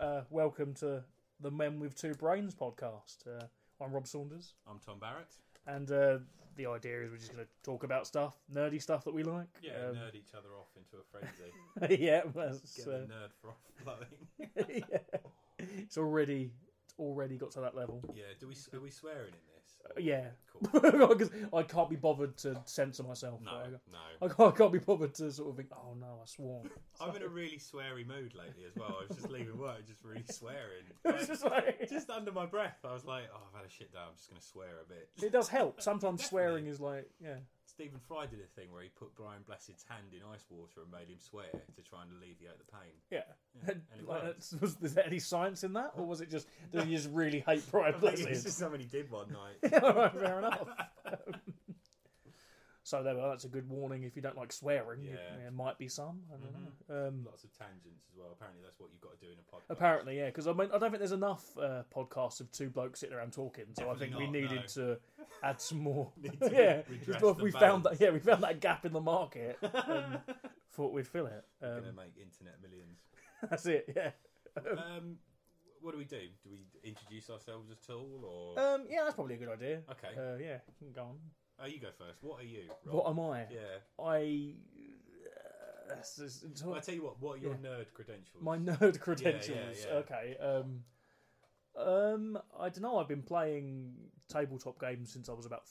Uh, welcome to the Men with Two Brains podcast. Uh, I'm Rob Saunders, I'm Tom Barrett. and uh, the idea is we're just going to talk about stuff, nerdy stuff that we like. Yeah, Um, nerd each other off into a frenzy. yeah, that's, Get uh, the nerd froth flowing. yeah. It's already it's already got to that level. yeah, do we are we swearing in this? Yeah, Cool. because I can't be bothered to censor myself. Like, No, I no. can't, I can't be bothered to sort of think, oh no, I swore. I'm in a really sweary mood lately as well. I was just leaving work, just really swearing. It's just like, Just under my breath, I was like, "Oh, I've had a shit day. I'm just going to swear a bit." it does help. Sometimes Definitely. swearing is like, yeah. Stephen Fry did a thing where he put Brian Blessed's hand in ice water and made him swear to try and alleviate the pain. Yeah. and it Like, works. that's- was, is there any science in that, or was it just that you just really hate Brian I think it's Blessed? just something he did one night. All right, fair enough. so there we are. That's a good warning if you don't like swearing. You- Yeah. Mm-hmm. there might be some. I don't know. Um, Lots of tangents as well. Apparently, that's what you've got to do in a podcast. apparently, yeah, because I mean, I don't think there's enough uh, podcasts of two blokes sitting around talking. So I Definitely think we not, needed to add some more. Need to yeah, redress well, the we found balance. that. Yeah, we found that gap in the market. Um, thought we'd fill it. going to Um, make internet millions. that's it. Yeah. um, what do we do? Do we introduce ourselves at all, or Um, yeah, that's probably a good idea. okay? Uh, yeah, you can go on. oh, you go first. What are you? Rob? What am I? yeah. I. Uh, it's- it's- it's- Well, I tell you what. What are your Yeah. nerd credentials? my nerd credentials. yeah. Okay. Um, um, I don't know. I've been playing tabletop games since I was about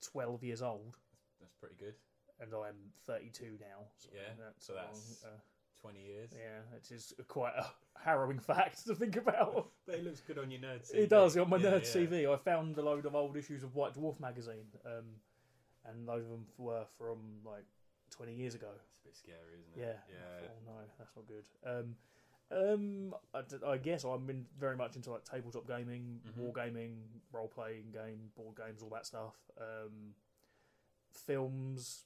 twelve years old, That's pretty good. and I'm thirty-two now. So Yeah, so long, that's- uh, Twenty years. yeah, it is quite a harrowing fact to think about. But it looks good on your nerd. CV. It does on my Yeah, nerd yeah. CV. I found a load of old issues of White Dwarf magazine, um, and those of them were from like twenty years ago. It's a bit scary, isn't Yeah. it? Yeah. Oh no, that's not good. Um, um, I, d- I guess I've been very much into like tabletop gaming, Mhm. war gaming, role playing game, board games, all that stuff. Um, films,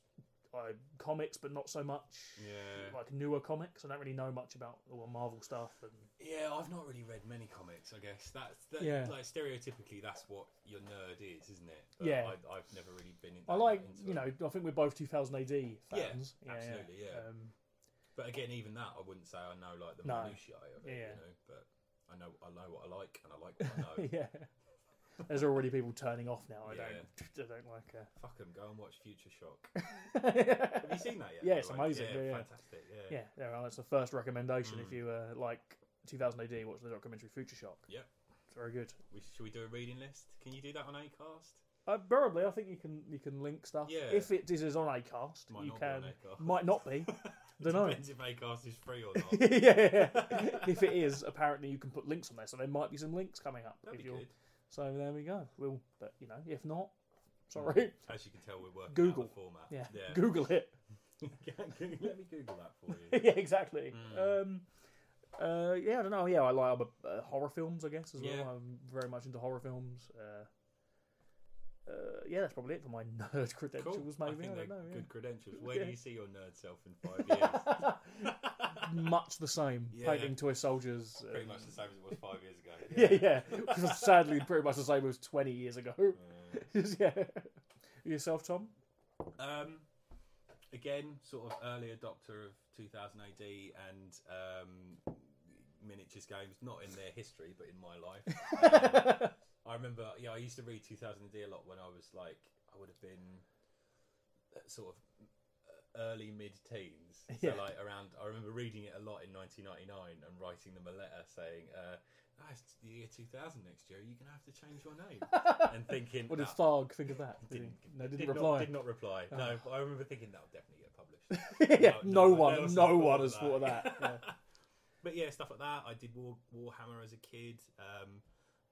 I comics, but not so much. Yeah. Like newer comics, I don't really know much about all the Marvel stuff. And Yeah, I've not really read many comics. I guess that's that, Yeah. like stereotypically that's what your nerd is, isn't it? Yeah. I, I've never really been. In I like, into you it. know, I think we're both 2000 AD fans. absolutely, yeah. Um, But again, even that, I wouldn't say I know like the No. minutiae of it, Yeah. you know. But I know I know what I like, and I like what I know. yeah. There's already people turning off now. I Oh. Yeah. don't, I don't like. Uh, Fuck 'em, go and watch Future Shock. Have you seen that yet? Yeah, it's Like, amazing, yeah, yeah. fantastic. Yeah, Yeah, there are. That's the first recommendation. If Mm. you uh, like 2000 AD, watch the documentary Future Shock. Yep. it's very good. We, should we do a reading list? Can you do that on Acast? Uh, probably, I think you can you can link stuff. Yeah. If it is on Acast, Might you not be can. on Acast. Might not be. Dunno. Depends if Acast is free or not. yeah, yeah, yeah. if it is, apparently you can put links on there, so there might be some links coming up. That'd if be you're- good. So there we go. We'll, but you know, if not, sorry. As you can tell, we're working Google. out the format. Yeah. Mm. yeah. Google it. Let me Google that for you. yeah, exactly. Hmm. Um, uh, yeah, I don't know. Yeah, I like I'm a- uh, horror films, I guess, as well. Yeah. I'm very much into horror films. Uh, uh, yeah, that's probably it for my nerd Cool. credentials, I maybe. think I, they're don't know. good credentials. Where Yeah. do you see your nerd self in five years? yeah. Much the same. Yeah. Painting toy soldiers. Pretty um, much the same as it was five years ago. yeah, yeah. Because Sadly, pretty much the same as 20 years ago. Uh, yeah. Yourself, Tom? Um, again, sort of early adopter of 2000 AD and um, miniatures games, not in their history, but in my life. Um, I remember, yeah, I used to read 2000 AD a lot when I was like, I would have been uh, sort of early mid teens. So, Yeah. like, around, I remember reading it a lot in 1999 and writing them a letter saying, uh, "Ah, it's the year 2000 next year, you're going to have to change your name. and thinking, What did "Ah, Tharg think of that? Did he? didn't, No, didn't did reply. Ah. Not, did not reply. No, but I remember thinking that would definitely get published. yeah, no, No, no one one, else no has one thought has of thought of that. that. Yeah. but yeah, stuff like that. I did War, Warhammer as a kid, um,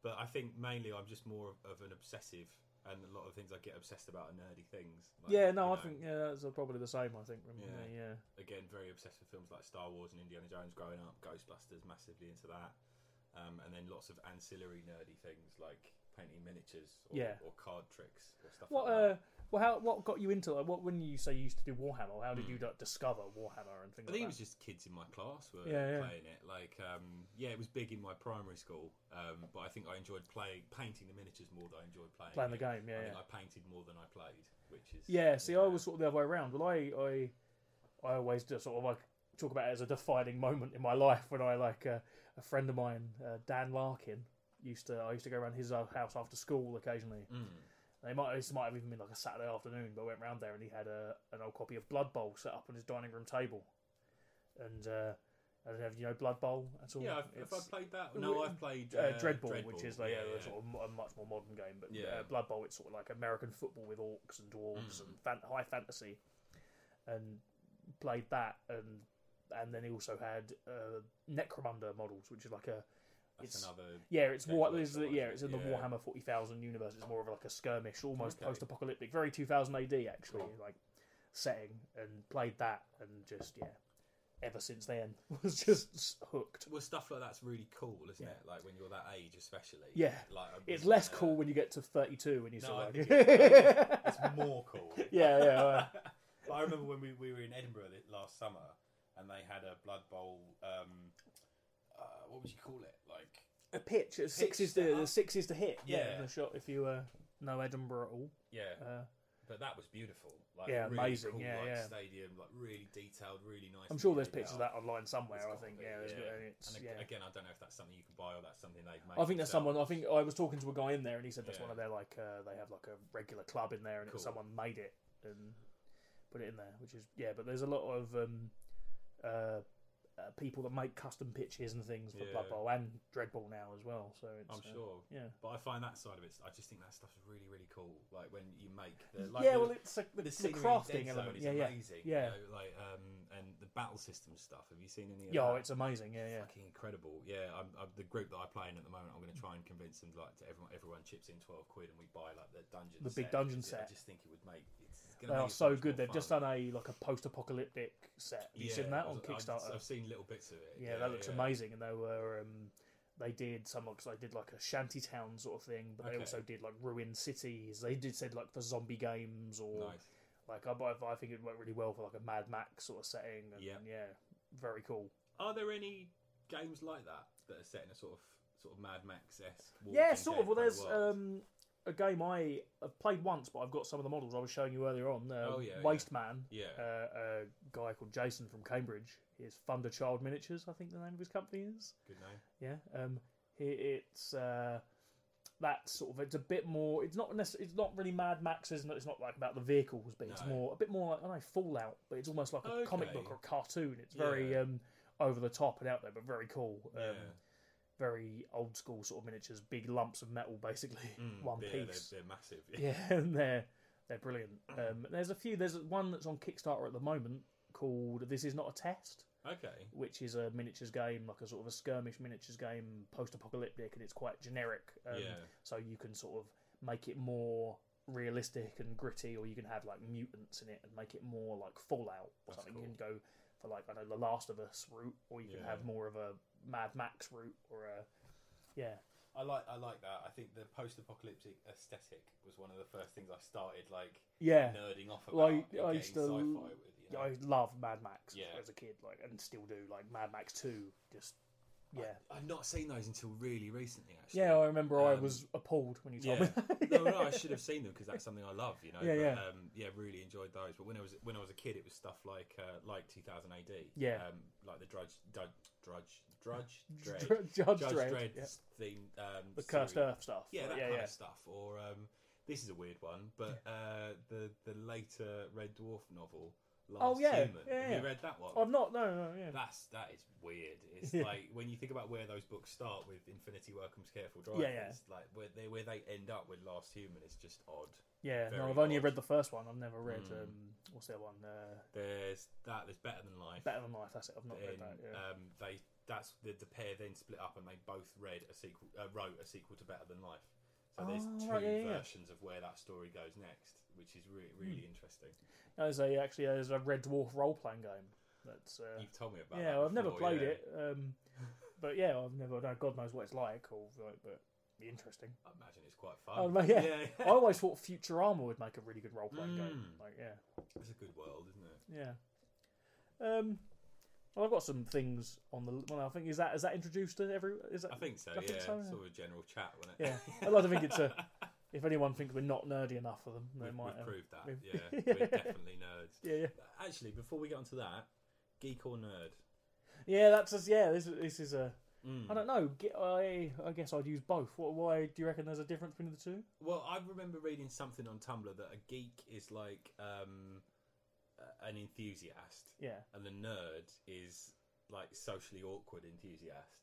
but I think mainly I'm just more of, of an obsessive, and a lot of things I get obsessed about are nerdy things. Like, yeah, you no, I know, think yeah, that's probably the same. I think from yeah. Yeah. Me, yeah. again very obsessed with films like Star Wars and Indiana Jones growing up. Ghostbusters massively into that, um, and then lots of ancillary nerdy things like painting miniatures or, Yeah. or card tricks or stuff. What like that. uh, well, how what got you into like what when you say you used to do Warhammer? How did you like, discover Warhammer and things I think it like was that? just kids in my class were Yeah, yeah. playing it. Like, um, yeah, it was big in my primary school, um, but I think I enjoyed playing painting the miniatures more than I enjoyed playing. Playing the it. game, yeah, I think yeah. I painted more than I played, which is Yeah, see, I was sort of the other way around. Well, I I I always just sort of like talk about it as a defining moment in my life when I like uh, a friend of mine, uh, Dan Larkin, used to I used to go around his uh, house after school occasionally. Mm. They might this might have even been like a Saturday afternoon, but I went round there and he had a, an old copy of Blood Bowl set up on his dining room table, and uh, I don't know, you know Blood Bowl at all. Yeah, I've, have I It's- played that? Uh, No, I've played uh, uh, Dreadball, which Dreadball. is like, yeah, a, yeah. sort of mo- a much more modern game, but Yeah. Mm. uh, Blood Bowl, it's sort of like American football with orcs and dwarves and fan- high fantasy, and played that, and and then he also had uh, Necromunda models, which is like a That's it's- another. yeah, it's Tales war, of there's the, Exile, yeah, isn't it's it? in the Yeah. Warhammer forty thousand universe. It's more of like a skirmish, almost Okay. post-apocalyptic, very two thousand AD actually, Cool. like setting, and played that, and just yeah, ever since then was just s- hooked. Well, stuff like that's really cool, isn't Yeah. it? Like when you're that age, especially. Yeah. Like I It's wouldn't, less uh, cool when you get to 32 and you No, still I like think yeah, It's more cool. yeah. uh, But I remember when we, we were in Edinburgh thi- last summer, and they had a Blood Bowl. Um, uh, what would you call it? Like a pitch, a six is set to up. the six is to hit. Yeah, Yeah. in the shot if you uh, know Edinburgh at all. yeah, Uh, but that was beautiful. Like, Yeah, really amazing, Cool, yeah, like, yeah. Stadium, like really detailed, really nice. I'm sure there's pictures of that online somewhere. I think yeah, there's yeah. and it's, And yeah. ag- again, I don't know if that's something you can buy or that's something they've made. I think that's someone. I themselves. think I was talking to a guy in there, and he said that's Yeah. one of their like uh, they have like a regular club in there, and Cool. it's someone made it and put it in there, which is yeah. But there's a lot of um, uh, uh, people that make custom pitches and things for Yeah. Blood Bowl and Dreadball now as well. So it's I'm uh, sure. yeah. But I find that side of it, I just think that stuff's really, really cool. Like when you make the like yeah, the, well, it's like the, the, scenery in crafting Dead Zone element. is Yeah, yeah, amazing. yeah. You know, like um, and the battle system stuff. Have you seen any? Of yeah. that? oh, it's amazing. Yeah, yeah. fucking incredible. Yeah, I'm, I'm, the group that I play in at the moment, I'm going to try and convince them like to everyone everyone chips in twelve quid and we buy like the dungeon, The big set, dungeon because set. I just think it would make it's They gonna are make it so much good. more They've just fun. done a like a post-apocalyptic set. Have you seen that I on was- I've- Kickstarter? I've, seen little bits of it. yeah, that looks amazing. And they were um, they did some like they did like a shanty town sort of thing, but Okay. they also did like ruined cities. They did said like for zombie games or Nice. like I, I I think it worked really well for like a Mad Max sort of setting. And, Yeah. yeah, very cool. Are there any games like that that are set in a sort of sort of Mad Max esque? yeah, sort of. Well, there's um, a game I have played once, but I've got some of the models I was showing you earlier on. Uh, Oh, yeah, yeah. Waste Man. yeah. Uh, a guy called Jason from Cambridge. His Thunder Child Miniatures, I think the name of his company is. good name. Yeah. Um. he- It's uh. That sort of it's a bit more. It's not necessarily. It's not really Mad Max, isn't it? It's not like about the vehicles, but it's No. more a bit more like I don't know Fallout, but it's almost like a comic Okay. book or a cartoon. It's very Yeah. um over the top and out there, but very cool. Um, yeah. Very old school sort of miniatures, big lumps of metal, basically Mm, one yeah, piece They're, they're massive. yeah, and they're they're brilliant. Um, there's a few. There's one that's on Kickstarter at the moment called "This Is Not a Test," Okay. which is a miniatures game, like a sort of a skirmish miniatures game, post-apocalyptic, and it's quite generic. Um, yeah. So you can sort of make it more realistic and gritty, or you can have like mutants in it and make it more like Fallout or That's something. cool. You can go for like I know the Last of Us route, or you can Yeah. have more of a Mad Max route, or a yeah, I like I like that. I think the post-apocalyptic aesthetic was one of the first things I started like yeah. nerding off about. Well, I- and I getting used to- sci-fi with you Yeah, know? I loved Mad Max Yeah. as a kid, like, and still do. Like Mad Max Two, just yeah, I, have not seen those until really recently. Actually, yeah. I remember I um, was appalled when you told yeah. me. that. no, no, I should have seen them because that's something I love. You know, Yeah, but, yeah. Um, yeah, really enjoyed those. But when I was when I was a kid, it was stuff like uh, like 2000 AD. Yeah. um, like the Drudge Drudge Drudge Drudge Dr- Dredd, Judge, Judge Dredd, Dredd yeah. theme, um, the cursed series. Earth stuff. yeah, like, that yeah, kind yeah. of stuff. Or um, this is a weird one, but uh, the the later Red Dwarf novel, Last Oh, yeah, Human. yeah, yeah. Have Oh, you read that one? I've not. No, no, yeah. That's that is weird. It's Yeah. like when you think about where those books start with Infinity Welcomes Careful Drivers, Yeah, yeah. like where they where they end up with Last Human is just odd. yeah, no. very I've only odd. read the first one. I've never read. Mm. Um, what's the other one? Uh, There's that. There's Better Than Life. Better Than Life. That's it. I've not read Then, that. Yeah. um, they that's the, the pair then split up and they both read a sequel, uh, wrote a sequel to Better Than Life. So there's Oh, two right, yeah, Hmm. yeah, yeah. versions of where that story goes next, which is really really interesting. there's a actually there's a Red Dwarf role playing game. That's uh, You've told me about. yeah. that I've never before, played yeah. it. Um, but yeah, I've never. No, God knows what it's like. Or like, but it'd be interesting. I imagine it's quite fun. Oh, yeah. yeah. I always thought Futurama would make a really good role playing game. Mm. Like, yeah, it's a good world, isn't it? yeah. Um, well, I've got some things on the. Well, I think is that is that introduced to every? Is that? I think so. I think yeah, so, yeah. sort of a general chat, wasn't it? Yeah, I like to think it's a. If anyone thinks we're not nerdy enough for them, they we've, might. we've um, proved that. we've- yeah, we're definitely nerds. yeah, yeah. Actually, before we get onto that, Geek or nerd? Yeah, that's just, yeah. This this is a. Mm. I don't know. ge- I I guess I'd use both. What, why do you reckon there's a difference between the two? Well, I remember reading something on Tumblr that a geek is like um, a- an enthusiast, Yeah. and the nerd is like socially awkward enthusiast.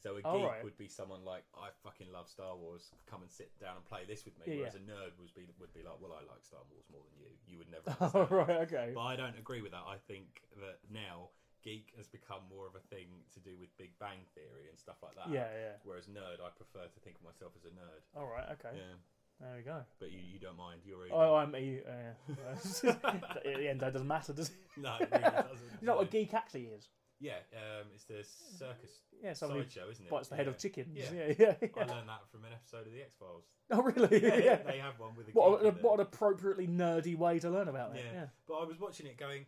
So a geek Oh, right. would be someone like I fucking love Star Wars. Come and sit down and play this with me. Yeah, whereas yeah. a nerd would be would be like, well, I like Star Wars more than you. You would never. Oh, understand right. Okay. But I don't agree with that. I think that now geek has become more of a thing to do with Big Bang Theory and stuff like that. Yeah. Yeah. Whereas nerd, I prefer to think of myself as a nerd. All right. Okay. Yeah. There we go. But you, you don't mind. You're either. Oh, I'm a. Uh, at the end, that doesn't matter, does it? no, it really doesn't. You know what a No. geek actually is? Yeah, um, it's the circus Yeah, someone who sideshow, isn't it? bites the head yeah. of chickens. Yeah. Yeah, yeah. yeah, I learned that from an episode of the X Files. Oh, really? Yeah. they have one with a What, geek a, in it. what an appropriately nerdy way to learn about that. Yeah. Yeah. But I was watching it, going,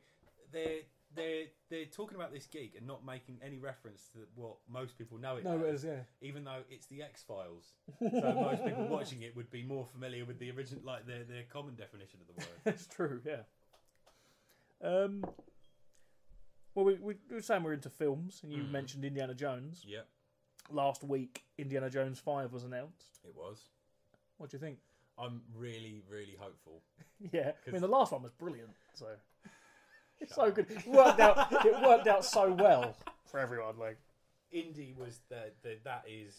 they're they're they're talking about this geek and not making any reference to what most people know it. No, it as, is. Yeah. even though it's the X Files. So most people watching it would be more familiar with the original, like their their common definition of the word. It's true. Yeah. Um. Well, we, we we were saying we're into films, and you Mm. mentioned Indiana Jones. yep, Last week, Indiana Jones Five was announced. it was. What do you think? I'm really, really hopeful. Yeah, I mean the last one was brilliant. So it's Shut so up. good. It worked out. It worked out so well for everyone. Like, Indy was the, the that is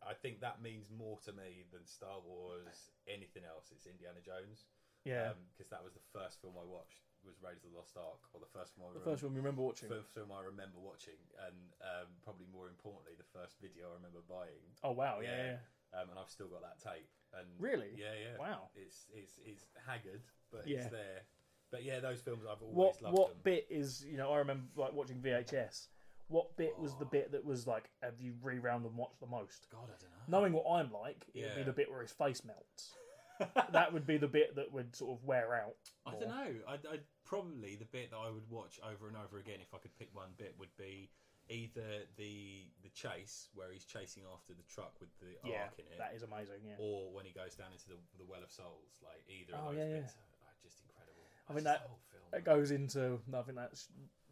I think that means more to me than Star Wars anything else. It's Indiana Jones. yeah, because that was the first film I watched was Raiders of the Lost Ark, or the first film I the remember. first one we remember watching. first film I remember watching, and um, probably more importantly, the first video I remember buying, Oh wow! Yeah, Yeah. yeah. um, and I've still got that tape. And Really? yeah, yeah, Wow. it's it's it's haggard, but Yeah. it's there. But yeah, those films I've always What loved what them. bit is you know? I remember like watching VHS. What bit was Oh. the bit that was like? Have you rewound and watched the most? God, I don't know. Knowing what I'm like, it would be Yeah. the bit where his face melts. that would be the bit that would sort of wear out. I more. don't know. I'd, I'd probably the bit that I would watch over and over again if I could pick one bit would be either the the chase where he's chasing after the truck with the Yeah, arc in it, that is amazing. Yeah. or when he goes down into the, the well of souls. Like either Oh, of those yeah, yeah. bits are like, just incredible. I mean, Just that- the whole film. That goes into. I think that s-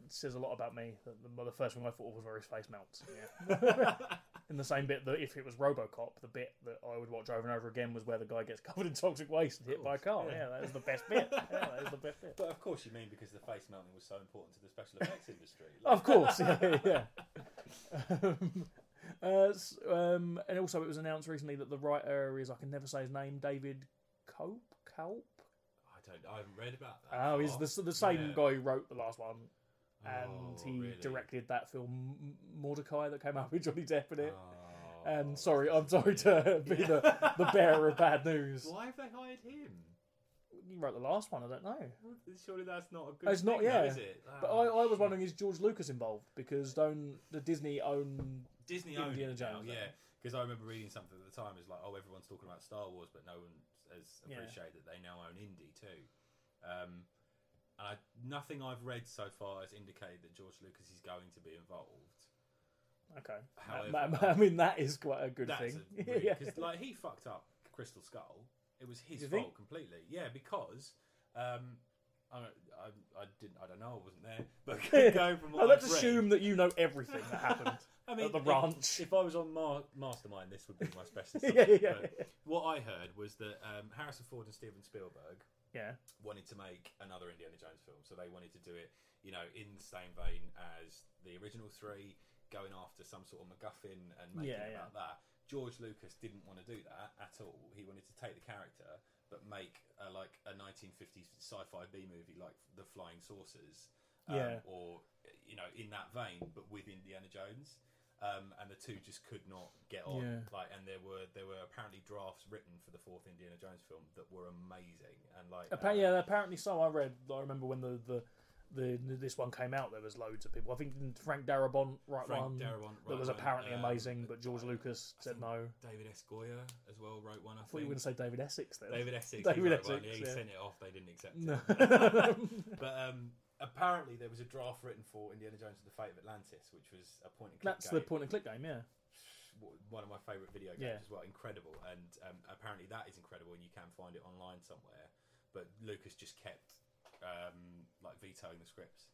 says a lot about me. The, the, the first one I thought was where his face melts. Yeah. in the same bit that if it was RoboCop, the bit that I would watch over and over again was where the guy gets covered in toxic waste and hit by a car. course, Yeah, yeah. that is the best bit. Yeah, that is the best bit. But of course, you mean because the face melting was so important to the special effects industry. Of course, yeah, yeah. um, uh, s- um, and also, it was announced recently that the writer is I can never say his name, David Cope. Cope. I don't. I haven't read about that. Oh, he's far. the s- the same Yeah. guy who wrote the last one, and Oh, he really? directed that film M- Mordecai that came out with Johnny Depp in it. Oh, and sorry, I'm sorry to be the, the bearer of bad news. Why have they hired him? You wrote the last one, I don't know. Surely that's not a good. It's not, thing, though, yeah. is it? But I, Oh, I was shit. wondering, is George Lucas involved? Because don't the Disney own? Disney owned Indiana it Jones, now, I yeah. think. Because I remember reading something at the time. It's like, oh, everyone's talking about Star Wars, but no one has Yeah. appreciated that they now own Indy too. Um, and I, nothing I've read so far has indicated that George Lucas is going to be involved. Okay, I, However- I- I mean that is quite a good That's thing. because yeah. like he fucked up Crystal Skull. It was his You fault think? completely. Yeah, because um, I, I, I didn't. I don't know. I wasn't there. Yeah. But going from what Oh, let's I've read- assume that you know everything that happened. I mean, the if- ranch. If, I was on Mar- Mastermind, this would be my specialist. Yeah, subject, yeah, but yeah. What I heard was that um, Harrison Ford and Steven Spielberg yeah, wanted to make another Indiana Jones film, so they wanted to do it, you know, in the same vein as the original three, going after some sort of MacGuffin and making Yeah, it yeah. about that. George Lucas didn't want to do that at all. He wanted to take the character but make a, like a 1950s sci-fi B movie, like The Flying Saucers, um, Yeah. or you know, in that vein, but with Indiana Jones. Um, and the two just could not get on. Yeah. Like, and there were there were apparently drafts written for the fourth Indiana Jones film that were amazing. And like, Appa- um, yeah. Apparently, so I read. I remember when the, the the this one came out, there was loads of people. I think Frank Darabont right Frank one Darabont that wrote was one, apparently um, amazing, but George I- Lucas I said think no. David S. Goya as well wrote one. I, I thought you think. were going to say David Essex then. David Essex. David he wrote Essex, one. Yeah, he yeah. sent it off. They didn't accept it. No. but um, apparently, there was a draft written for Indiana Jones and the Fate of Atlantis, which was a point and click That's game. the point and click game, yeah. w- one of my favourite video games Yeah. as well. Incredible, and um, apparently that is incredible, and you can find it online somewhere. But Lucas just kept um, like vetoing the scripts.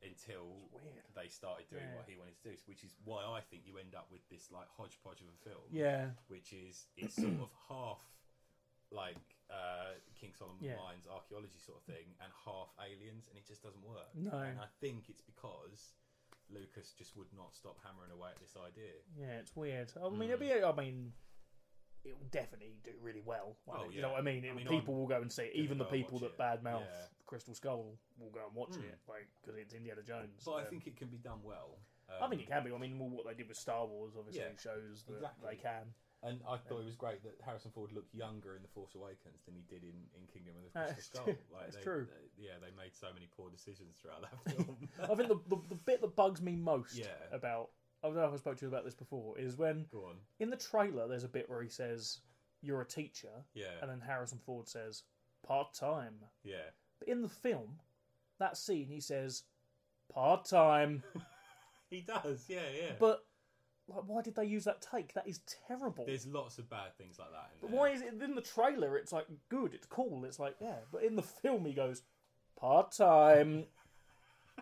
until Weird. they started doing Yeah. what he wanted to do, which is why I think you end up with this like hodgepodge of a film, Yeah. which is it's sort of half like uh, King Solomon Yeah. Mines archaeology sort of thing, and half aliens, and it just doesn't work. No. And I think it's because Lucas just would not stop hammering away at this idea. Yeah, it's weird. I mean, it'd be. Hmm. I mean, it will definitely do really well. I Oh, think, You know yeah. what I mean? It, I mean, people will go and see it. Even the go and people watch that it. badmouth Yeah. Crystal Skull will go and watch Mm. it, like because it's Indiana Jones. But I Um, think it can be done well. I think Um, it can be. I mean, well, what they did with Star Wars obviously Yeah, shows that exactly. they can. And I thought it was great that Harrison Ford looked younger in The Force Awakens than he did in, in Kingdom of the That Crystal is Skull. true. That's they, true. they- yeah, they made so many poor decisions throughout that film. I think the, the the bit that bugs me most Yeah. about I don't know if I spoke to you about this before is when Go on. in the trailer there's a bit where he says you're a teacher, and Yeah, then Harrison Ford says part time. yeah. But in the film, that scene he says part time. He does. Yeah, yeah. But like, why did they use that take? That is terrible. There's lots of bad things like that. In but there. why is it in the trailer? It's like good, it's cool, it's like yeah. But in the film, he goes part time.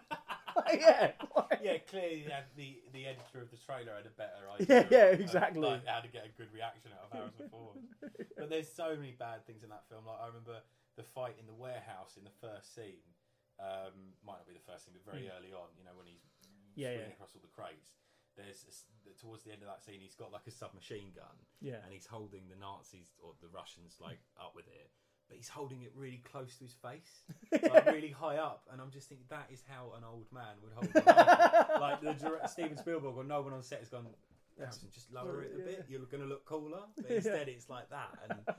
yeah, like- Yeah, clearly the, the the editor of the trailer had a better Yeah, idea. yeah, of, exactly. like, how to get a good reaction out of Harrison Ford. but there's so many bad things in that film. Like I remember the fight in the warehouse in the first scene. Um, might not be the first scene, but very early on, you know, when he's Hmm. Yeah, swinging yeah. across all the crates. There's a s towards the end of that scene, he's got like a submachine gun, Yeah. and he's holding the Nazis or the Russians like up with it, but he's holding it really close to his face, like really high up, and I'm just thinking that is how an old man would hold. An rifle. like the direct, Steven Spielberg or no one on set has gone. Harrison, just lower it a bit. You're going to look cooler. But instead, it's like that, and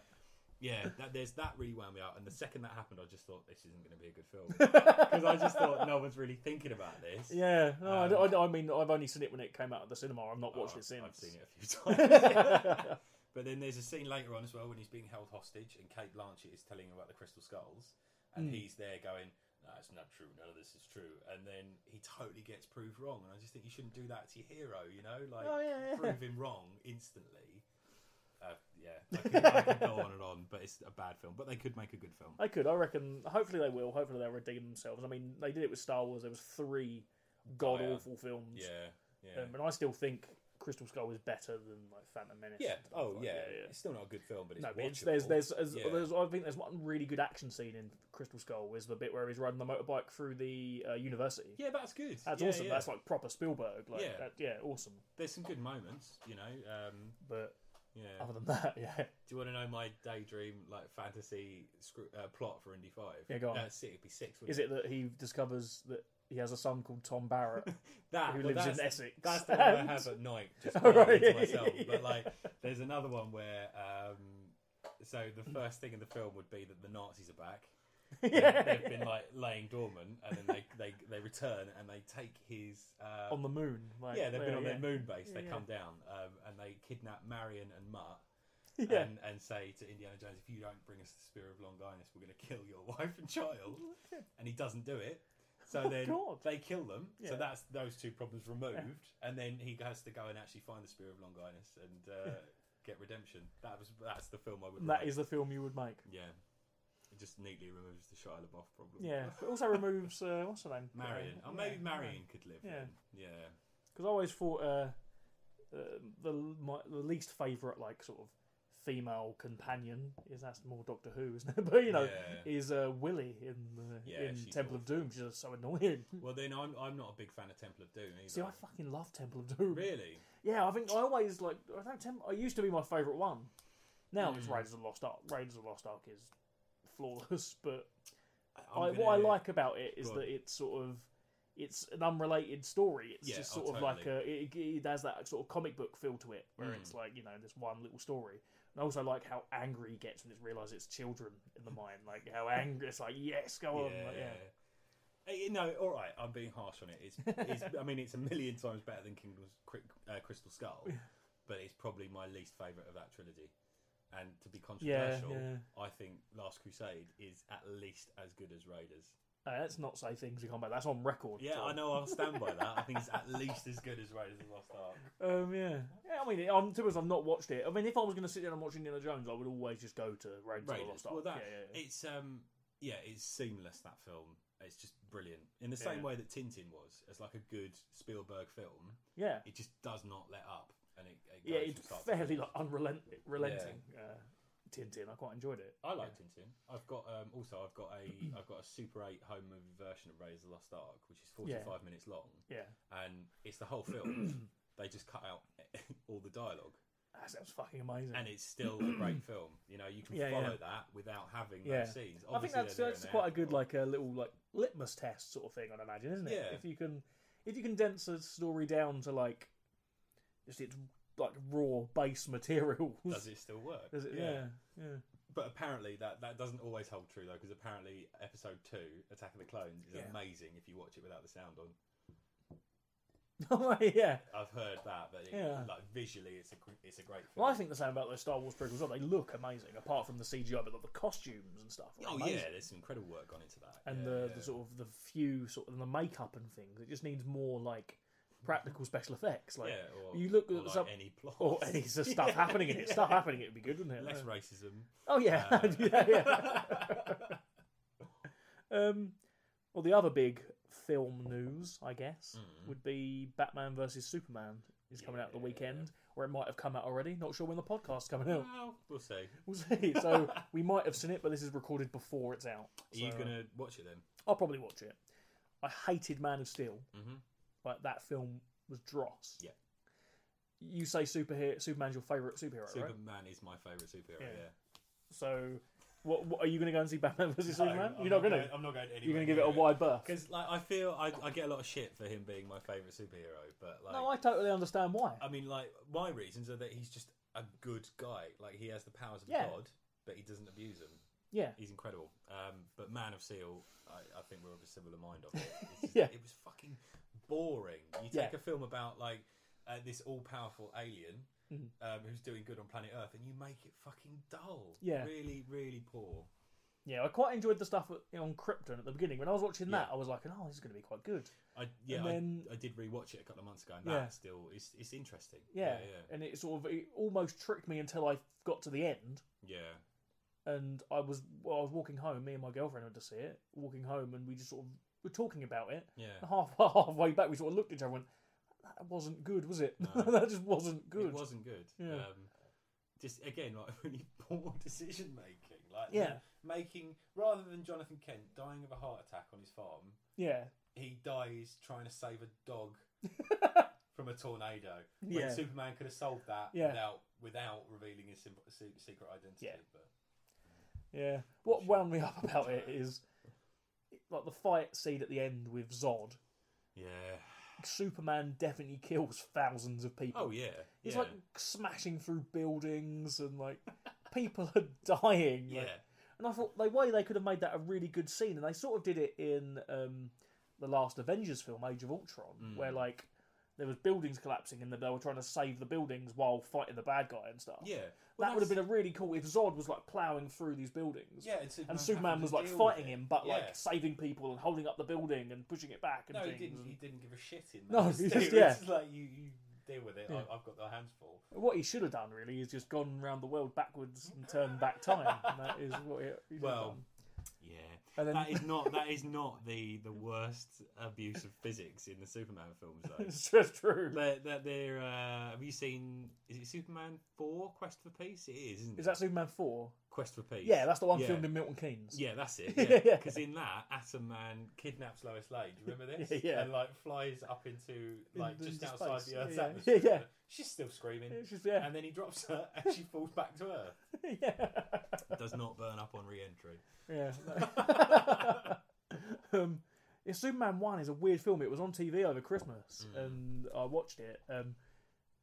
yeah, that, there's that really wound me out. And the second that happened, I just thought this isn't going to be a good film because I just thought no one's really thinking about this. yeah. No, I Um, don't- I, don't- I mean, I've only seen it when it came out at the cinema. I've not Oh, watched it I've- since. I've seen it a few times. but then there's a scene later on as well when he's being held hostage and Kate Blanchett is telling him about the crystal skulls, Hmm. and he's there going, "No, it's not true. None of this is true." And then he totally gets proved wrong, and I just think you shouldn't do that to your hero. You know, like Oh, yeah, yeah. prove him wrong instantly. Uh, yeah, I could, I could go on and on, but it's a bad film. But they could make a good film. They could, I reckon. Hopefully, they will. Hopefully, they'll redeem themselves. I mean, they did it with Star Wars. There was three god awful films. Oh, Yeah, yeah, Um, and I still think Crystal Skull is better than like Phantom Menace. yeah. and stuff Oh, like- yeah. It's still not a good film, but it's No, but it's, watchable. there's there's, as Yeah. there's I think there's one really good action scene in Crystal Skull is the bit where he's riding the motorbike through the uh, university. yeah, that's good. That's Yeah, awesome. yeah. That's like proper Spielberg. Like, Yeah. that, yeah, awesome. There's some good moments, you know. Um, But yeah. other than that, yeah, Do you want to know my daydream, like fantasy screw, uh, plot for Indy Five? Yeah, go on. Uh, six, it'd be six. Wouldn't is it that he discovers that he has a son called Tom Barrett that who well, lives in that's- Essex? That's the one I and- have at night, just Oh, right, to yeah, myself. yeah, yeah. But like, there's another one where, um, so the first thing in the film would be that the Nazis are back. Yeah. They've been like laying dormant, and then they they, they return and they take his. Um, on the moon. Like, yeah, they've been yeah, on yeah. their moon base. Yeah, they yeah. come down um, and they kidnap Marion and Mutt. Yeah. and, and say to Indiana Jones, if you don't bring us the Spear of Long Longinus, we're going to kill your wife and child. And he doesn't do it. So Oh, then God. they kill them. Yeah. So that's those two problems removed. And then he has to go and actually find the Spear of Longinus and uh, get redemption. That was that's the film I would. That remake. is the film you would make. yeah. It just neatly removes the Shia LaBeouf problem. Yeah, but also removes uh, what's her name? Marion. Oh, Yeah, maybe yeah. Marion could live. Yeah. then. Yeah. Because I always thought uh, uh, the my, the least favourite like sort of female companion is that's more Doctor Who, isn't it? But you know, Yeah. is uh, Willie in the Yeah, in she's Temple of Doom? She's just so annoying. Well, then I'm, I'm not a big fan of Temple of Doom either. See, I fucking love Temple of Doom. Really? Yeah, I think I always like I don't Tem- I used to be my favourite one. Now it's Mm. Raiders of the Lost Ark. Raiders of the Lost Ark is flawless, but I'm I, what I gonna- like about it is Go on. that it's sort of it's an unrelated story. It's Yeah, just oh, sort of like a it, it has that sort of comic book feel to it, where Mm. it's like you know this one little story. And I also like how angry he gets when it's realised it's children in the mine. Like how angry it's like yes, go on, like, Oh, yeah. Eh, You know, all right. I'm being harsh on it. It's, it's I mean, it's a million times better than Kingdom's Cri- uh, Crystal Skull, but it's probably my least favorite of that trilogy. And to be controversial, yeah. I think Last Crusade is at least as good as Raiders. Uh, let's not say things we can't make. That's on record. Yeah, Tom. I know. I'll stand by that. I think it's at least as good as Raiders of the Lost Ark. Um, yeah. yeah. I mean, I'm, to be honest, I've not watched it. I mean, if I was going to sit down and watch Indiana Jones, I would always just go to Raiders of the Raiders. Lost Ark. Well, that yeah, yeah, yeah. it's um yeah, it's seamless that film. It's just brilliant. In the same Yeah. way that Tintin was, as like a good Spielberg film, Yeah, it just does not let up, and it, it goes yeah, from it's start to fairly finish. like unrelenting. Relenting, uh, Tintin. I quite enjoyed it. I like Tintin. I've got um, also I've got a I've got a Super Eight home movie version of Raiders of the Lost Ark, which is forty five minutes long, Yeah, and it's the whole film. they just cut out all the dialogue, that sounds fucking amazing. and it's still a great film. You know, you can Yeah, follow yeah. that without having Yeah. those scenes. I think Obviously, that's they're there that's and quite a they're good like a little like litmus test sort of thing. I'd imagine, isn't it? Yeah. If you can, if you condense a story down to like just its like raw base materials, out. Does it still work? Does it? Yeah, yeah. But apparently that, that doesn't always hold true though, because apparently episode two, Attack of the Clones, is Yeah. amazing if you watch it without the sound on. Oh yeah. I've heard that, but it, Yeah. like visually, it's a gr- it's a great film. Well, I think the same about those Star Wars prequels. Well. They look amazing, apart from the CGI, but like, the costumes and stuff. Are oh amazing. yeah, there's some incredible work gone into that. and yeah, the, yeah. the sort of the few sort of the makeup and things. It just needs more like practical special effects. Like yeah, or, you look or at like some any plot or any sort of stuff Yeah, happening in it. yeah. Stuff happening, it'd be good, wouldn't it? Less Yeah. racism. oh yeah, Uh, yeah, yeah. Um, well, the other big film news, I guess, Mm. would be Batman versus Superman is coming out the Yeah. weekend, or it might have come out already. Not sure when the podcast's coming out. Well, we'll see. Are We'll see. So we might have seen it, but this is recorded before it's out. you So, uh, gonna watch it then? I'll probably watch it. I hated Man of Steel. Mm-hmm. Like that film was dross. Yeah. You say superhero Superman's your favourite superhero, right? Superman is my favourite superhero. Yeah. Yeah. So, what, what are you going to go and see Batman vs No, Superman? I'm You're not going to. Going, I'm not going. Anywhere You're going to give it a wide berth. Because like I feel I, I get a lot of shit for him being my favourite superhero, but like No, I totally understand why. I mean, like my reasons are that he's just a good guy. Like he has the powers of Yeah. God, but he doesn't abuse them. Yeah, He's incredible. Um, but Man of Steel, I, I think we're of a similar mind of it. It's just- Yeah. It was fucking boring. You Yeah. take a film about like uh, this all-powerful alien Mhm. um, who's doing good on planet Earth, and you make it fucking dull. Yeah. Really, really poor. yeah. I quite enjoyed the stuff at- on Krypton at the beginning. When I was watching that, I was like, "Oh, this is going to be quite good." I yeah. And then- I, I did rewatch it a couple of months ago, and Yeah. that still it's it's interesting. Yeah, Yeah. and it sort of it almost tricked me until I got to the end, Yeah. and I was well, I was walking home. Me and my girlfriend went to see it. Walking home, and we just sort of were talking about it. Yeah. And half halfway back, we sort of looked at each other and went, "That wasn't good, was it? No. that just wasn't good." It wasn't good. Yeah. Um, just again, like really poor decision making. Like Yeah. making rather than Jonathan Kent dying of a heart attack on his farm, Yeah, he dies trying to save a dog from a tornado. When Yeah. Superman could have solved that Yeah. without without revealing his sim- se- secret identity. Yeah. But yeah. What wound me up about it is like the fight scene at the end with Zod. yeah. Superman definitely kills thousands of people. Oh yeah. He's yeah. like smashing through buildings and like people are dying. yeah. like- and I thought the way they could have made that a really good scene, and they sort of did it in um, the last Avengers film, Age of Ultron, Hmm. where like there was buildings collapsing and they were trying to save the buildings while fighting the bad guy and stuff. Yeah. Well, that would have been that's- a really cool if Zod was like plowing through these buildings. yeah, and Superman, And Superman having was to like deal fighting with it. him, but Yeah. like saving people and holding up the building and pushing it back and No, he things. didn't. and- He didn't give a shit in. No, Man he Steel. just- yeah. It's like you, you deal with it. I Yeah. I've got the hands full. What he should have done really is just gone around the world backwards and turned back time. and that is what he, he should have Well, done. Yeah, And then- that is not that is not the the worst abuse of physics in the Superman films though. it's just true. That that they're uh, have you seen? Is it Superman four Quest for Peace? It is, isn't Is it? that Superman four? Quest for Peace? Yeah, that's the one Yeah. filmed in Milton Keynes. Yeah, that's it. Yeah, yeah. Because in that, Atom Man kidnaps Lois Lane. Do you remember this? Yeah, yeah. And like flies up into like Into just space. outside the Yeah, Earth's yeah. atmosphere. Yeah, yeah. She's still screaming. It's just yeah, And then he drops her, and she falls back to Earth. yeah, Does not burn up on re-entry. yeah. um, yeah, Superman One is a weird film. It was on TV over Christmas, Mm. and I watched it. Um,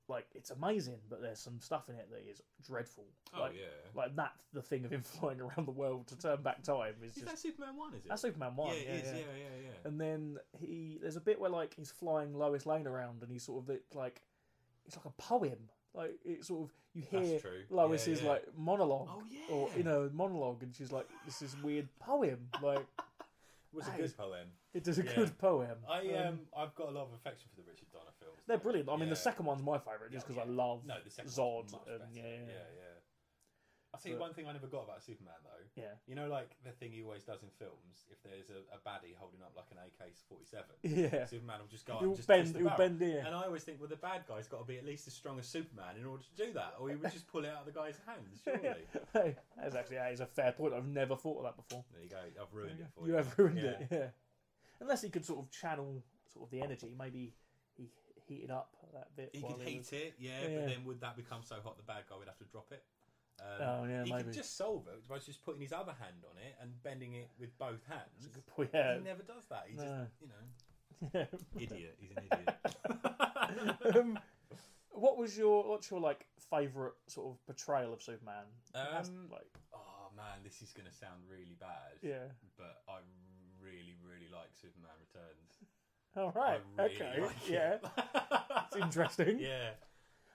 like it's amazing, but there's some stuff in it that is dreadful. Oh like, yeah. like that the thing of him flying around the world to turn back time is Is just that Superman one? Is it? that's Superman One. yeah, it is. Yeah, yeah, yeah. And then he there's a bit where like he's flying Lois Lane around and he's sort of it's like it's like a poem. Like it's sort of you That's hear true. Lois's Yeah, yeah. like monologue Oh, yeah. or you know monologue and she's like this is weird poem like It was Hey. a good poem. it is a Yeah. good poem. I Um, um, I've got a lot of affection for the Richard Donner films. they're though. brilliant. I mean the Yeah. second one's my favorite just Yeah, because yeah. I love no, the second Zod one's much and better. yeah, yeah. yeah, I see But- one thing I never got about Superman though. Yeah. You know, like the thing he always does in films, if there's a, a baddie holding up like an AK forty seven, Yeah. Superman will just go up He'll and just twist bend. the He'll barrel. bend here. And I always think, well, the bad guy's got to be at least as strong as Superman in order to do that, or he would just pull it out of the guy's hands. Surely. Hey, that's actually that is a fair point. I've never thought of that before. There you go. I've ruined it for you. You have ruined Yeah. it. Yeah. Unless he could sort of channel sort of the energy, maybe he heated up that bit. He while could he heat was- it, yeah, Yeah. but then would that become so hot the bad guy would have to drop it? Um, Oh, yeah, he maybe. could just solve it by just putting his other hand on it and bending it with both hands. Good point, Yeah. He never does that. He No. just, you know, Yeah. idiot. He's an idiot. um, what was your what's your like favorite sort of portrayal of Superman? That's, Um, like oh man, this is going to sound really bad. yeah. But I really, really like Superman Returns. All right. I really okay. like it. yeah. It's interesting. yeah.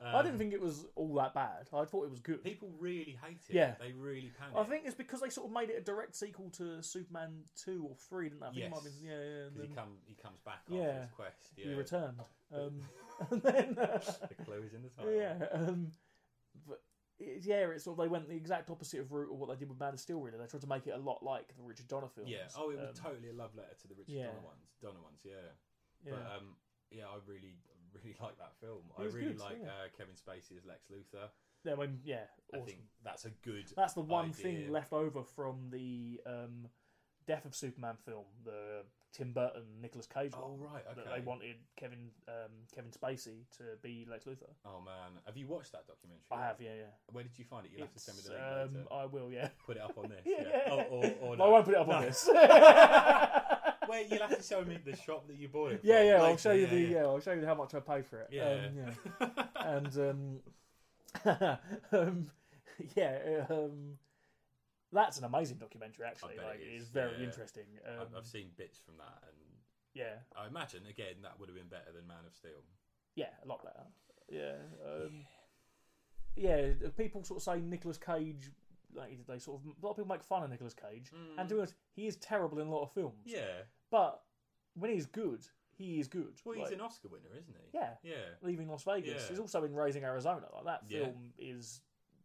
I didn't Um, think it was all that bad. I thought it was good. people really hate it. Yeah. They really panic. I think it's because they sort of made it a direct sequel to Superman two or three, didn't they? I think it might have Yes. been- yeah, yeah. And because then he come he comes back Yeah. after his quest. he Yeah. returned. Um, and then uh, the clue is in the title. yeah, um, but it, yeah, it's sort of they went the exact opposite of route of what they did with Man of Steel. Really, they tried to make it a lot like the Richard Donner films. Yeah. Oh, it was Um, totally a love letter to the Richard yeah. Donner ones. Donner ones. Yeah. yeah. But um, yeah, I really, really like that film. It I was really good, like yeah. uh, Kevin Spacey as Lex Luthor. Yeah, I mean, yeah, I awesome. think that's a good. That's the one thing idea. left over from the um, Death of Superman film, the Tim Burton Nicolas Cage one. Oh right. Okay. That they wanted Kevin um, Kevin Spacey to be Lex Luthor. Oh man, have you watched that documentary? I have, yeah, yeah. Where did you find it? You'll have to send me the link It's, um, later. I will, yeah. Put it up on this. Yeah, yeah. yeah. Oh, or, or I no. won't put it up on No. this. Wait, you'll have to show me the shop that you bought it. Yeah, from yeah. I'll later, show you yeah, the. yeah. Yeah, I'll show you how much I pay for it. Yeah. Um, yeah. and um, um, yeah, um, that's an amazing documentary. Actually, bet it like is, it's very yeah. interesting. Um, I've, I've seen bits from that, and yeah, I imagine again that would have been better than Man of Steel. yeah, a lot better. Yeah, um, yeah. uh, People sort of say Nicolas Cage. Like they sort of a lot of people make fun of Nicolas Cage, Mm. and to be honest, he is terrible in a lot of films. Yeah. But when he's good, he is good. Well, Like, he's an Oscar winner, isn't he? Yeah. Yeah. leaving Las Vegas. Yeah. He's also in Raising Arizona. Like that Yeah. film is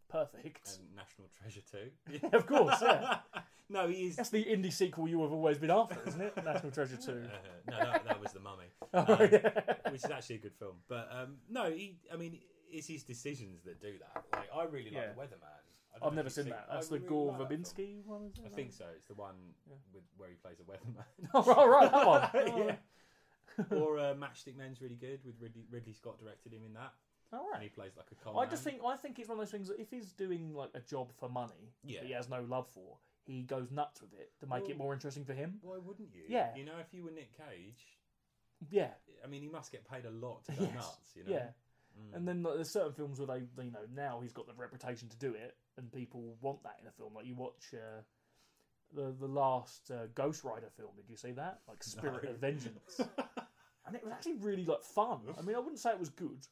perfect. And National Treasure too. of course, yeah. no, he is. That's the indie sequel you have always been after, isn't it? National Treasure Two. Uh, no, that, that was the Mummy, Oh, yeah. which is actually a good film. But um, no, he. I mean, it's his decisions that do that. Like, I really like Yeah. the Weatherman. I don't I've know never if you've seen that. it. That's I the really Gore like that film. Verbinski one. Is it? I think so. It's the one Yeah. with where he plays a weatherman. Oh, right, right, that one. yeah. or uh, Matchstick Men's really good with Ridley, Ridley Scott directed him in that, All and he right. plays like a con. I just man. think I think it's one of those things that if he's doing like a job for money Yeah. that he has no love for, he goes nuts with it to make it Well- more interesting for him. Why wouldn't you? Yeah. You know, if you were Nick Cage, Yeah, I mean, he must get paid a lot to go Yes. nuts. You know. yeah. Mm. And then like, there's certain films where they, they, you know, now he's got the reputation to do it, and people want that in a film. Like you watch uh, the the last uh, Ghost Rider film. Did you see that? Like Spirit No. of Vengeance, and it was actually really like fun. I mean, I wouldn't say it was good.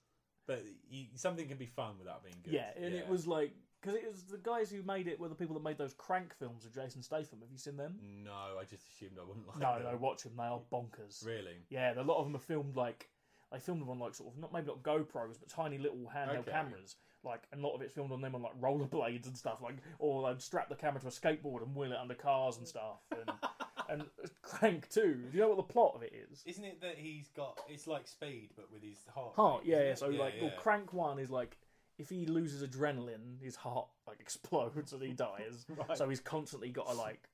but you, something can be fun without being good. Yeah, and it was like because it was the guys who made it were the people that made those Crank films with Jason Statham. Have you seen them? No, I just assumed I wouldn't like. No, them. no, watch them. They are bonkers. Really. Yeah, a lot of them are filmed like they filmed them on like sort of not maybe not GoPros but tiny little handheld Okay. cameras. Like and a lot of it's filmed on them on like rollerblades and stuff. Like or they'd strap the camera to a skateboard and wheel it under cars and stuff. And and Crank too. Do you know what the plot of it is? Isn't it that he's got? It's like speed, but with his heart. Heart, rate, yeah, isn't yeah. it? So like well, Crank one is like if he loses adrenaline, his heart like explodes and he dies. Right. So he's constantly got to like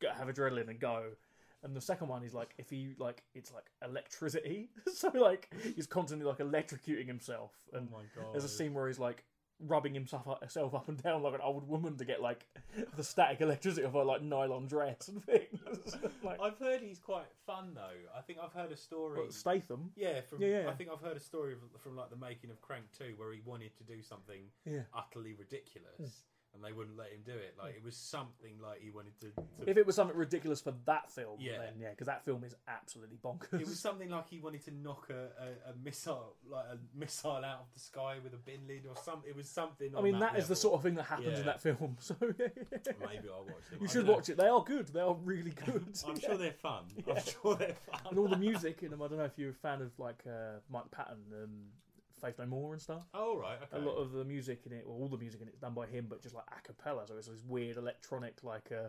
go- have adrenaline and go. And the second one is like if he like it's like electricity. so like he's constantly like electrocuting himself. And oh my god. there's a scene where he's like rubbing himself up, himself up and down like an old woman to get like the static electricity of her like nylon dress and things. like I've heard he's quite fun though. I think I've heard a story. but Statham. Yeah, from Yeah, yeah. I think I've heard a story of- from like the making of Crank Two, where he wanted to do something Yeah. Hmm. utterly ridiculous, and they wouldn't let him do it. Like it was something like he wanted to. to If it was something ridiculous for that film, Yeah. then yeah, because that film is absolutely bonkers. it was something like he wanted to knock a, a, a missile, like a missile out of the sky with a bin lid or something. It was something. I on mean, that, that is the level. sort of thing that happens in Yeah. that film. So Maybe I'll watch them. you I should don't know. watch it. They are good. They are really good. I'm Yeah. sure they're fun. I'm sure they're fun. and all the music in them. I don't know if you're a fan of like uh, Mike Patton, um, Faith No More and stuff. Oh, all right. Okay. A lot of the music in it, or all the music in it, is done by him, but just like a cappella. So it's this weird electronic, like uh,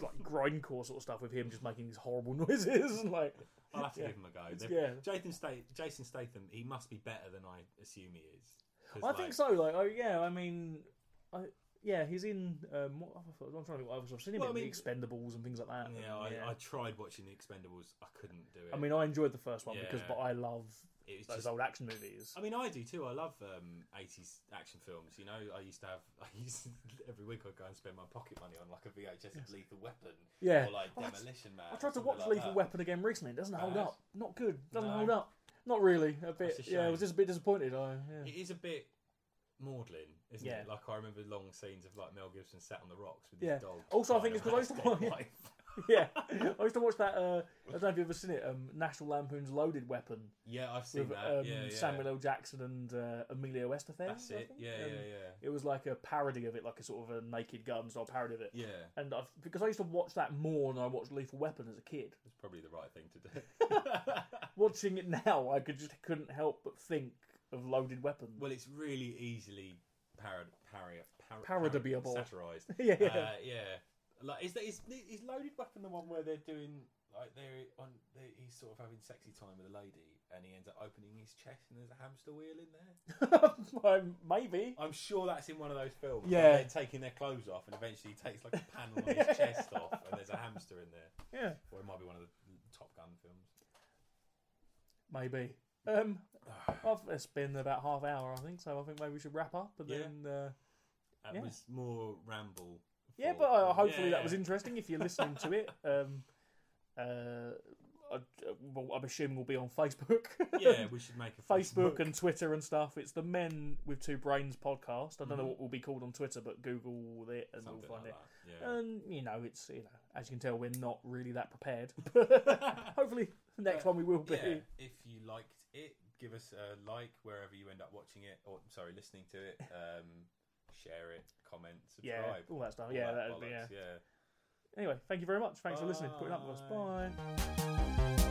like grindcore sort of stuff with him just making these horrible noises and like I'll have to yeah. give him a go. It's- They've- yeah. Jason, Stat- Jason Statham, he must be better than I assume he is. 'Cause, I think like, so. Like, oh yeah, I mean, I yeah, he's in. Um, what, I'm trying to. think what else I've seen him Well, in I The mean- Expendables and things like that. Yeah, I, And, I tried watching The Expendables. I couldn't do it. I mean, I enjoyed the first one because, Yeah. but I love it was those just. old action movies. I mean, I do too. I love um, 80s action films. You know, I used to have. I used every week I'd go and spend my pocket money on like a VHS of Lethal Weapon Yeah. Oh, or like I- Demolition Man. I or tried to something watch like Lethal that. Weapon again recently. It doesn't hold Bad. up. Not good. Doesn't No. hold up. Not really. A bit. That's a yeah, I was shame. just a bit disappointed. I yeah. It is a bit maudlin, isn't Yeah. it? Like I remember long scenes of like Mel Gibson sat on the rocks with Yeah. his dog. Also, I trying think it's 'cause I escape used to- life. yeah. I used to watch that. Uh, I don't know if you've ever seen it. Um, National Lampoon's Loaded Weapon Yeah, I've seen with that. um, yeah, yeah. Samuel L. Jackson and uh, Emilio Estevez. That's I it. think. Yeah, Um, yeah, yeah. It was like a parody of it, like a sort of a Naked Gun style parody of it. Yeah, And I've, because I used to watch that more than I watched Lethal Weapon as a kid. it's probably the right thing to do. Watching it now, I could just couldn't help but think of Loaded Weapon. Well, it's really easily parod parod parod Parodiable. satirized. yeah, yeah. Uh, yeah, like is that is is loaded weapon the one where they're doing like they're on they he's sort of having sexy time with a lady and he ends up opening his chest and there's a hamster wheel in there. Um, maybe. I'm sure that's in one of those films. where Yeah. they're taking their clothes off and eventually he takes like a panel on his chest off and there's a hamster in there. Yeah, Or it might be one of the Top Gun films. maybe. Um, I've, it's been about half hour, I think. So I think maybe we should wrap up and Yeah. then. Uh, That Yeah. was more ramble. yeah, for- but uh, hopefully that Yeah. was interesting. If you're listening to it, um, uh, I, well, I'm assuming we'll be on Facebook. Yeah, we should make a Facebook and Twitter and stuff. It's the Men with Two Brains podcast. I don't know what we'll be called on Twitter, but Google it and Mm-hmm. something we'll find like it. Uh, that. Yeah. And you know, it's you know, as you can tell, we're not really that prepared. Hopefully, the next one we will be. yeah, if you liked it, give us a like wherever you end up watching it, or sorry, listening to it. Um, share it, comment, Yeah, subscribe. all that stuff. all Yeah, that'd that be, bollocks, Anyway, thank you very much. Thanks for listening. Put it up with us. Bye. Bye.